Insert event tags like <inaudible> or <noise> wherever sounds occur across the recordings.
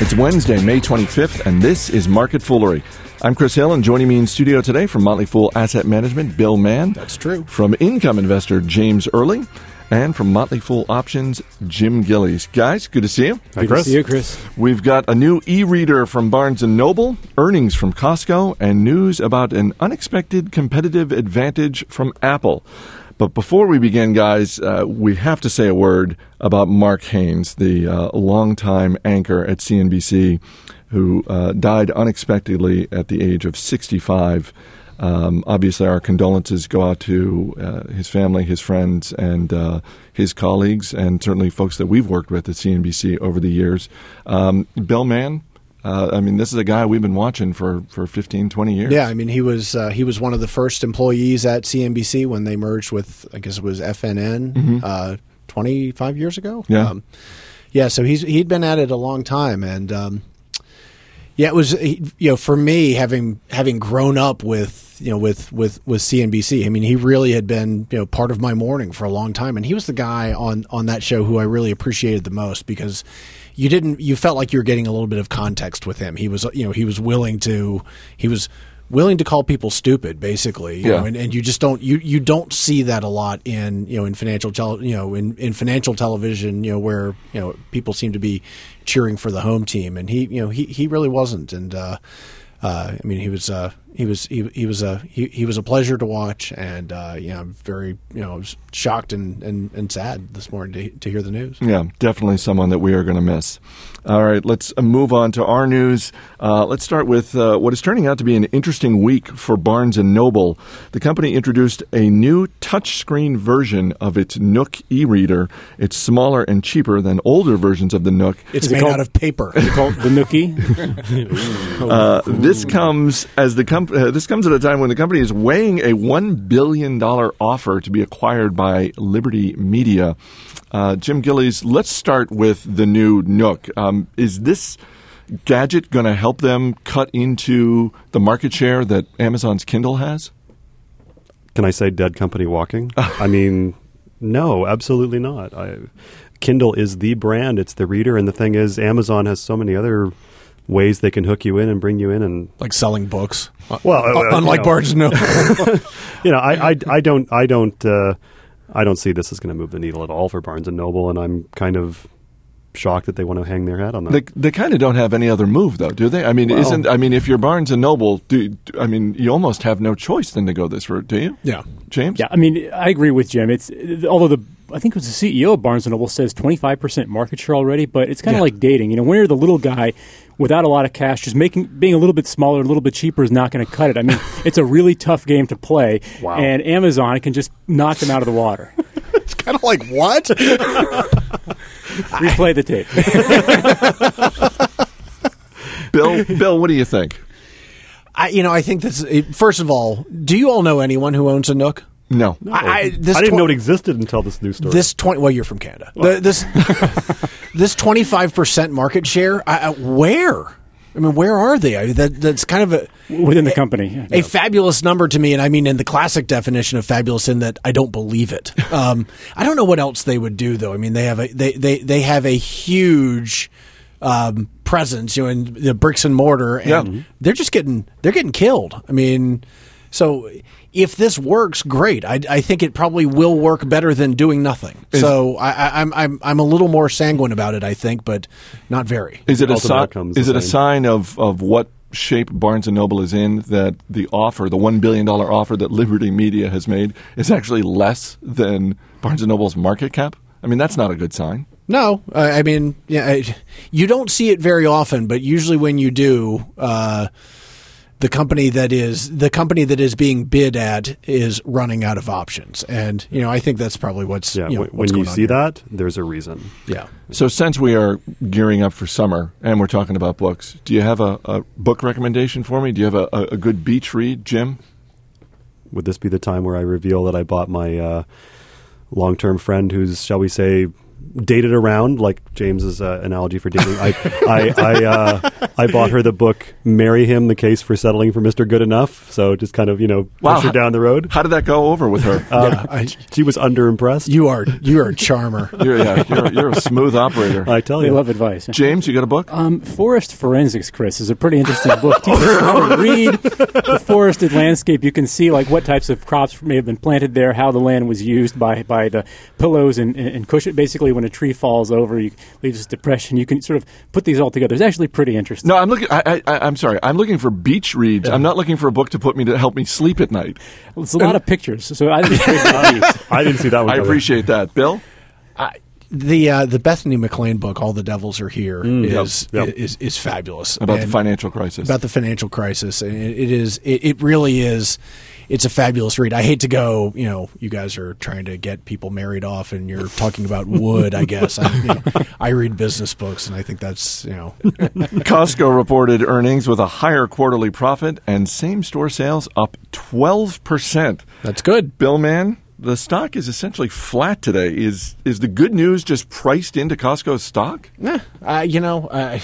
It's Wednesday, May 25th, and this is Market Foolery. I'm Chris Hill, and joining me in studio today from Motley Fool Asset Management, Bill Mann. That's true. From Income Investor, James Early. And from Motley Fool Options, Jim Gillies. Guys, good to see you. Hi, Chris. See you, Chris. We've got a new e-reader from Barnes & Noble, earnings from Costco, and news about an unexpected competitive advantage from Apple. But before we begin, guys, uh, we have to say a word about Mark Haynes, the uh, longtime anchor at CNBC, who uh, died unexpectedly at the age of 65. Um, obviously, our condolences go out to uh, his family, his friends, and uh, his colleagues, and certainly folks that we've worked with at CNBC over the years. Um, Bill Mann, uh, I mean, this is a guy we've been watching for, for 15, 20 years. Yeah, I mean he was uh, he was one of the first employees at CNBC when they merged with I guess it was FNN uh, twenty five years ago. Um, Yeah. yeah. So he's he'd been at it a long time, and um, yeah, it was he- you know for me having having grown up with you know with with with CNBC. I mean, he really had been you know part of my morning for a long time, and he was the guy on on that show who I really appreciated the most because you didn't you felt like you were getting a little bit of context with him. He was you know he was willing to he was willing to call people stupid basically you Yeah. know, and, and you just don't you you don't see that a lot in you know in financial tel- you know in, in financial television you know where you know people seem to be cheering for the home team and he you know he he really wasn't and uh uh, I mean, he was uh, he was he, he was a he, he was a pleasure to watch, and uh, you know, I'm very you know I was shocked and, and, and sad this morning to, to hear the news. Yeah, definitely someone that we are going to miss. All right, let's uh, move on to our news. Uh, let's start with uh, what is turning out to be an interesting week for Barnes and Noble. The company introduced a new touchscreen version of its Nook e-reader. It's smaller and cheaper than older versions of the Nook. It's Is it made called- out of paper. They call it the Nookie. Uh, this comes as the comp- uh, this comes at a time when the company is weighing a one billion dollar offer to be acquired by Liberty Media. Uh, Jim Gillies, let's start with the new Nook. Um, is this gadget going to help them cut into the market share that Amazon's Kindle has? Can I say dead <laughs> company walking? I mean, no, absolutely not. I, Kindle is the brand, it's the reader, and the thing is, Amazon has so many other ways they can hook you in and bring you in and like selling books. Well, uh, uh, unlike you know. Barnes and Noble, you know, I, I, I don't, I don't, uh, I don't see this is going to move the needle at all for Barnes and Noble, and I'm kind of shocked that they want to hang their hat on that. They, they kind of don't have any other move, though, do they? I mean, isn't I mean, if you're Barnes and Noble, do, I mean, you almost have no choice than to go this route, do you? <laughs> yeah. James. Yeah, I mean, I agree with Jim. It's although the I think it was the CEO of Barnes and Noble says twenty five percent market share already, but it's kind of Yeah. like dating. You know, when you're the little guy without a lot of cash, just making being a little bit smaller, a little bit cheaper is not going to cut it. I mean, it's a really tough game to play, Wow. and Amazon can just knock them out of the water. It's kind of like what? Replay the tape. Bill. Bill, what do you think? I, you know, I think this. First of all, do you all know anyone who owns a Nook? No. I, I, this I didn't twen- know it existed until this news story. This twenty. Well, you're from Canada. The- this this <laughs> twenty five percent market share. I, I, where? I mean, where are they? I mean, that, that's kind of a Within the company. Yeah. a fabulous number to me, and I mean in the classic definition of fabulous, in that I don't believe it. Um, I don't know what else they would do though. I mean, they have a they they, they have a huge um, presence, you know, in the bricks and mortar, and Yeah. Mhm. they're just getting they're getting killed. I mean, so if this works, great. I, I think it probably will work better than doing nothing. so I, I, I'm I'm I'm a little more sanguine about it, I think, but not very. Is it a Ultimate sign? outcome's the Is it a same. sign of, of what shape Barnes and Noble is in that the offer, the one billion dollar offer that Liberty Media has made, is actually less than Barnes and Noble's market cap? I mean, that's not a good sign. No, I, I mean, yeah, I, you don't see it very often, but usually when you do, uh, the company that is the company that is being bid at is running out of options, and you know, I think that's probably what's yeah, you know, when- what's when you going on see here. that, there's a reason. yeah. So, since we are gearing up for summer and we're talking about books, do you have a, a book recommendation for me? Do you have a, a, a good beach read, Jim? Would this be the time where I reveal that I bought my uh, long-term friend, who's shall we say dated around, like James's uh, analogy for dating. I I I, uh, I bought her the book "Marry Him: The Case for Settling for Mister Good Enough." So just kind of you know push Wow. her down the road. How did that go over with <laughs> her? Um, Yeah, I- she was underimpressed. You are you are a <laughs> charmer. you're, yeah, you're, you're a smooth operator. I <laughs> tell They you, love advice. James, you got a book? Um, forest forensics, Chris, is a pretty interesting book. Teaches you how to read the forested landscape. You can see like what types of crops may have been planted there, how the land was used by, by the pillows and, and and cushion. Basically, when a tree falls over, you leaves this depression. You can sort of put these all together. It's actually pretty interesting. No, I'm looking. I, I, I'm sorry. I'm looking for beach reads. I'm not looking for a book to put me to help me sleep at night. It's a lot of pictures, so I think it's great I didn't see Oh, that one. I coming. appreciate that, Bill. The uh, the Bethany McLean book, All the Devils Are Here, is, Mm, yep. is is fabulous About the And- financial crisis. about the financial crisis, and it, it is it, it really is. It's a fabulous read. I hate to go. You know, you guys are trying to get people married off, and you're talking about wood. I guess I, you know, I read business books, and I think that's you know Costco reported earnings with a higher quarterly profit and same store sales up 12%. that's good. Bill Mann, the stock is essentially flat today. Is is the good news just priced into Costco's stock? Eh, <laughs> I, you know, I,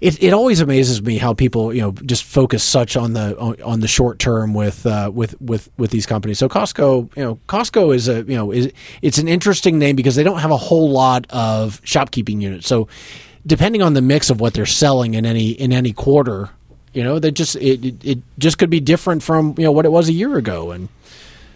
it it always amazes me how people you know just focus such on the on, on the short term with uh, with with with these companies. So Costco, you know, Costco is a you know is it's an interesting name because they don't have a whole lot of shopkeeping units. So depending on the mix of what they're selling in any in any quarter, you know, they just it it, it just could be different from you know what it was a year ago and.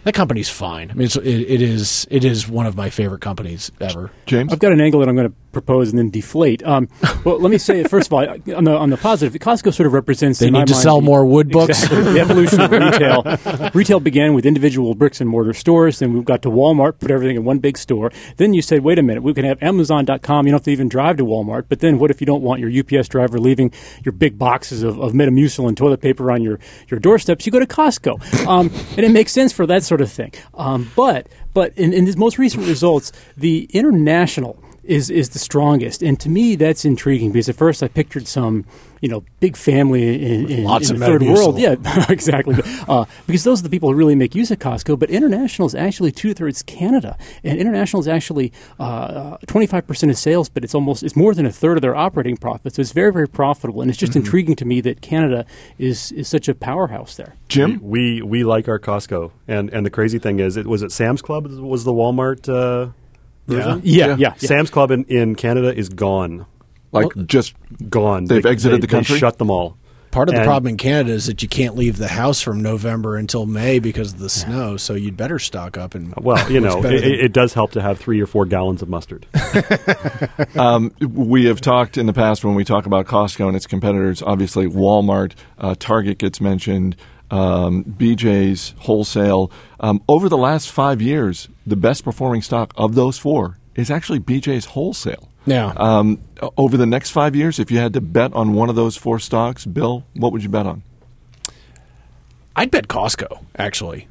That company's fine. I mean, it's, it, it is it is one of my favorite companies ever. James? I've got an angle that I'm going to propose and then deflate. Um, well, let me say first of all on the on the positive, Costco sort of represents. They in my need to mind, sell the- more wood books. Exactly. The evolution of retail. retail began with individual bricks and mortar stores. Then we got to Walmart, put everything in one big store. Then you said, wait a minute, we can have Amazon.com. You don't have to even drive to Walmart. But then what if you don't want your UPS driver leaving your big boxes of, of Metamucil and toilet paper on your, your doorsteps? You go to Costco. Um, and it makes sense for that sort of thing. Um, but but in, in his most recent results, the international is is the strongest, and to me that's intriguing because at first I pictured some you know big family in, in, Lots in of the third Metamucil. world, yeah, <laughs> exactly. Uh, because those are the people who really make use of Costco. But international is actually two thirds Canada, and international is actually twenty five percent of sales, but it's almost it's more than a third of their operating profit. So it's very very profitable, and it's just intriguing to me that Canada is is such a powerhouse there. Jim? We we like our Costco, and and the crazy thing is, it was it Sam's Club was the Walmart. Uh, version? Yeah. Yeah, yeah. yeah. Sam's Club in, in Canada is gone, Like just gone. They've exited the they country? shut them all. Part of the And- problem in Canada is that you can't leave the house from November until May because of the snow. So you'd better stock up and Well, you what's know, better it, than- it does help to have three or four gallons of mustard. Um, we have talked in the past when we talk about Costco and its competitors. Obviously, Walmart, uh, Target gets mentioned, um, BJ's wholesale. Um, over the last five years, the best performing stock of those four is actually BJ's wholesale. Yeah. Um, o- over the next five years, if you had to bet on one of those four stocks, Bill, what would you bet on? I'd bet Costco actually.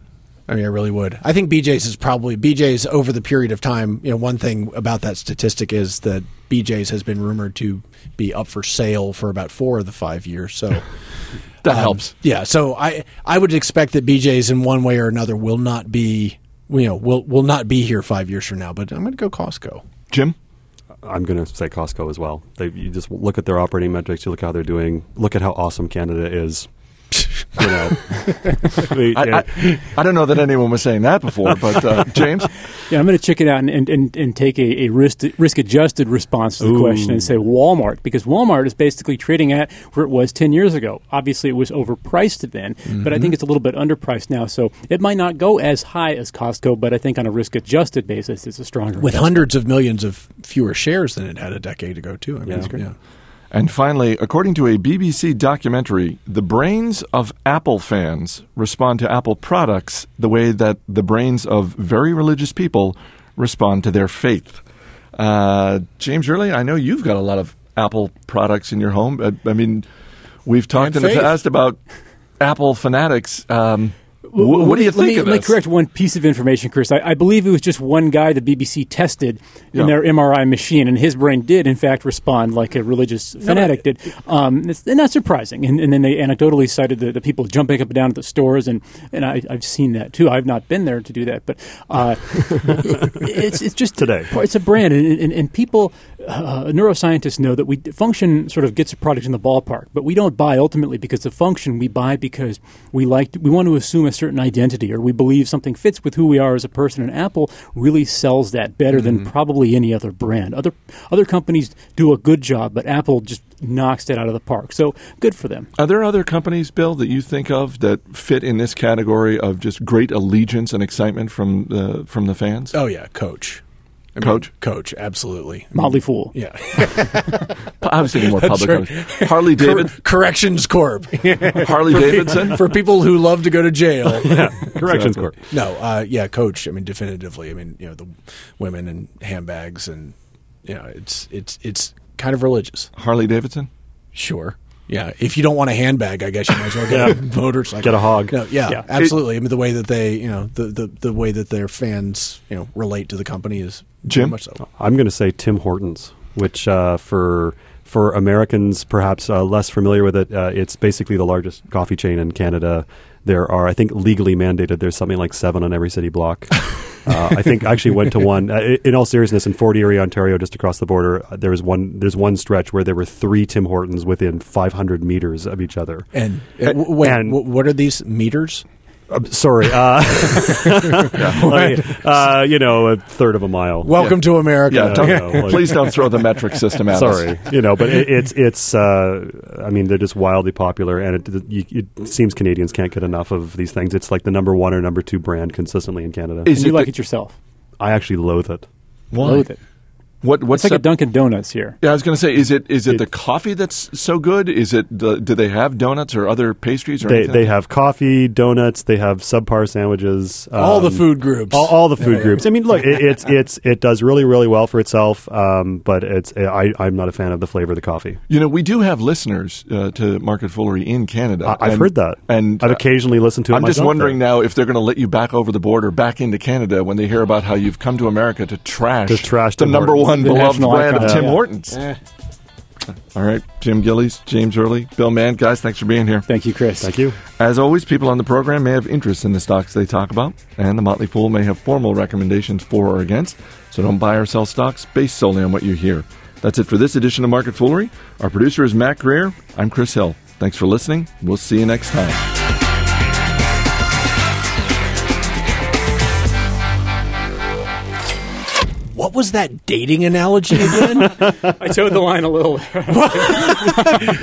I mean, I really would. I think BJ's is probably BJ's over the period of time. You know, one thing about that statistic is that BJ's has been rumored to be up for sale for about four of the five years. <laughs> So That Um, helps. Yeah, so I I would expect that BJ's in one way or another will not be you know will will not be here five years from now. But I'm going to go Costco. Jim? I'm going to say Costco as well. They, you just look at their operating metrics, you look how they're doing, look at how awesome Canada is. <laughs> You know, I mean, I, I, I don't know that anyone was saying that before, but <laughs> uh, James? Yeah, I'm going to check it out and, and, and, and take a, a risk risk adjusted response to the Ooh. question and say Walmart because Walmart is basically trading at where it was 10 years ago. Obviously, it was overpriced then, but I think it's a little bit underpriced now. So it might not go as high as Costco, but I think on a risk adjusted basis, it's a stronger. with investment. hundreds of millions of fewer shares than it had a decade ago too. I mean, that's great. yeah. And finally, according to a BBC documentary, the brains of Apple fans respond to Apple products the way that the brains of very religious people respond to their faith. Uh, James Early, I know you've got a lot of Apple products in your home. I, I mean, we've talked And in the faith. past about Apple fanatics. Um, Wh- what, do you let think me, of Let me this? correct one piece of information, Chris. I, I believe it was just one guy the BBC tested Yeah. in their MRI machine, and his brain did, in fact, respond like a religious fanatic did. Um, it's and that's surprising. And, and then they anecdotally cited the, the people jumping up and down at the stores, and, and I, I've seen that too. I've not been there to do that, but uh, it's, it's just Today. It's a brand, and, and, and people, uh, neuroscientists know that we function sort of gets a product in the ballpark, but we don't buy ultimately because of function. We buy because we like we want to assume a certain identity, or we believe something fits with who we are as a person. And Apple really sells that better than probably any other brand. Other other companies do a good job, but Apple just knocks it out of the park. So good for them. Are there other companies, Bill, that you think of that fit in this category of just great allegiance and excitement from the from the fans? Oh yeah, Coach. I mean, Coach? Coach, absolutely. I mean, Motley Fool. yeah. <laughs> I was thinking more public. right. companies. Harley David, Cor- corrections Corp. Harley Davidson. for people who love to go to jail. Corrections Corp. No, uh, yeah, Coach. I mean, definitively. I mean, you know, the women and handbags, and you know, it's it's it's kind of religious. Harley Davidson. Sure. Yeah. If you don't want a handbag, I guess you might as well get a <laughs> motorcycle. Get a hog. No, yeah, Yeah. absolutely. I mean, the way that they, you know, the, the, the way that their fans, you know, relate to the company is very Jim? much so. I'm going to say Tim Hortons, which uh, for for Americans perhaps uh, less familiar with it, uh, it's basically the largest coffee chain in Canada. There are, I think, legally mandated. There's something like seven on every city block. uh, I think I actually went to one. Uh, i- in all seriousness, in Fort Erie, Ontario, just across the border, uh, there was one. There's one stretch where there were three Tim Hortons within 500 meters of each other. And, uh, w- wait, and- w- what are these meters? Uh, sorry, uh, <laughs> like, uh, you know, a third of a mile. Welcome to America. Yeah, don't- no, like- please don't throw the metric system at us. Sorry, you know, but it, it's it's. Uh, I mean, they're just wildly popular, and it, you, it seems Canadians can't get enough of these things. It's like the number one or number two brand consistently in Canada. Is And you it like the- it yourself. I actually loathe it. Why? Loathe it. What? What's It's like a sep- Dunkin' Donuts here. Yeah, I was going to say, is it is it the coffee that's so good? Is it the, do they have donuts or other pastries or They anything? they have coffee, donuts. They have subpar sandwiches. All the um, food groups. All, all the food groups. I mean, look, it, it's it's it does really really well for itself, um, but it's I I'm not a fan of the flavor of the coffee. you know, we do have listeners uh, to Market Foolery in Canada. I, I've and- heard that, and I've uh, occasionally listened to it. I'm just myself, wondering though. now if they're going to let you back over the border, back into Canada, when they hear about how you've come to America to trash, To trash the Tim number Hortons. one The beloved national brand icon. of Tim Yeah. Hortons. All right, Jim Gillies, James Early, Bill Mann, guys, thanks for being here. Thank you, Chris. Thank you. As always, people on the program may have interest in the stocks they talk about, and the Motley Fool may have formal recommendations for or against, so don't buy or sell stocks based solely on what you hear. That's it for this edition of Market Foolery. Our producer is Matt Greer. I'm Chris Hill. Thanks for listening. We'll see you next time. What was that dating analogy again? I towed the line a little.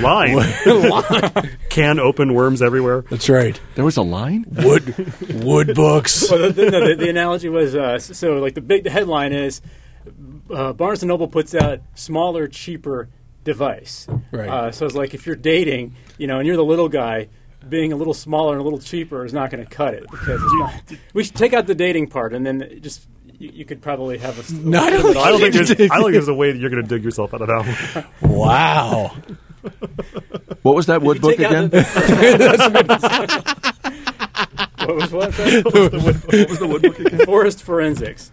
<laughs> Line can open worms everywhere. That's right. There was a line? Wood wood books. well, the, <laughs> no, the, the analogy was uh, s- so like the big the headline is uh, Barnes and Noble puts out smaller, cheaper device. Right. Uh, so it's like if you're dating, you know, and you're the little guy, being a little smaller and a little cheaper is not going to cut it because it's not. we should take out the dating part and then just you, you could probably have a. I don't think- I don't <laughs> think there's. I don't think there's a way that you're going to dig yourself out of that. one. Wow. What was that wood book take out again? the- what was what? What was the wood book again? Forest forensics.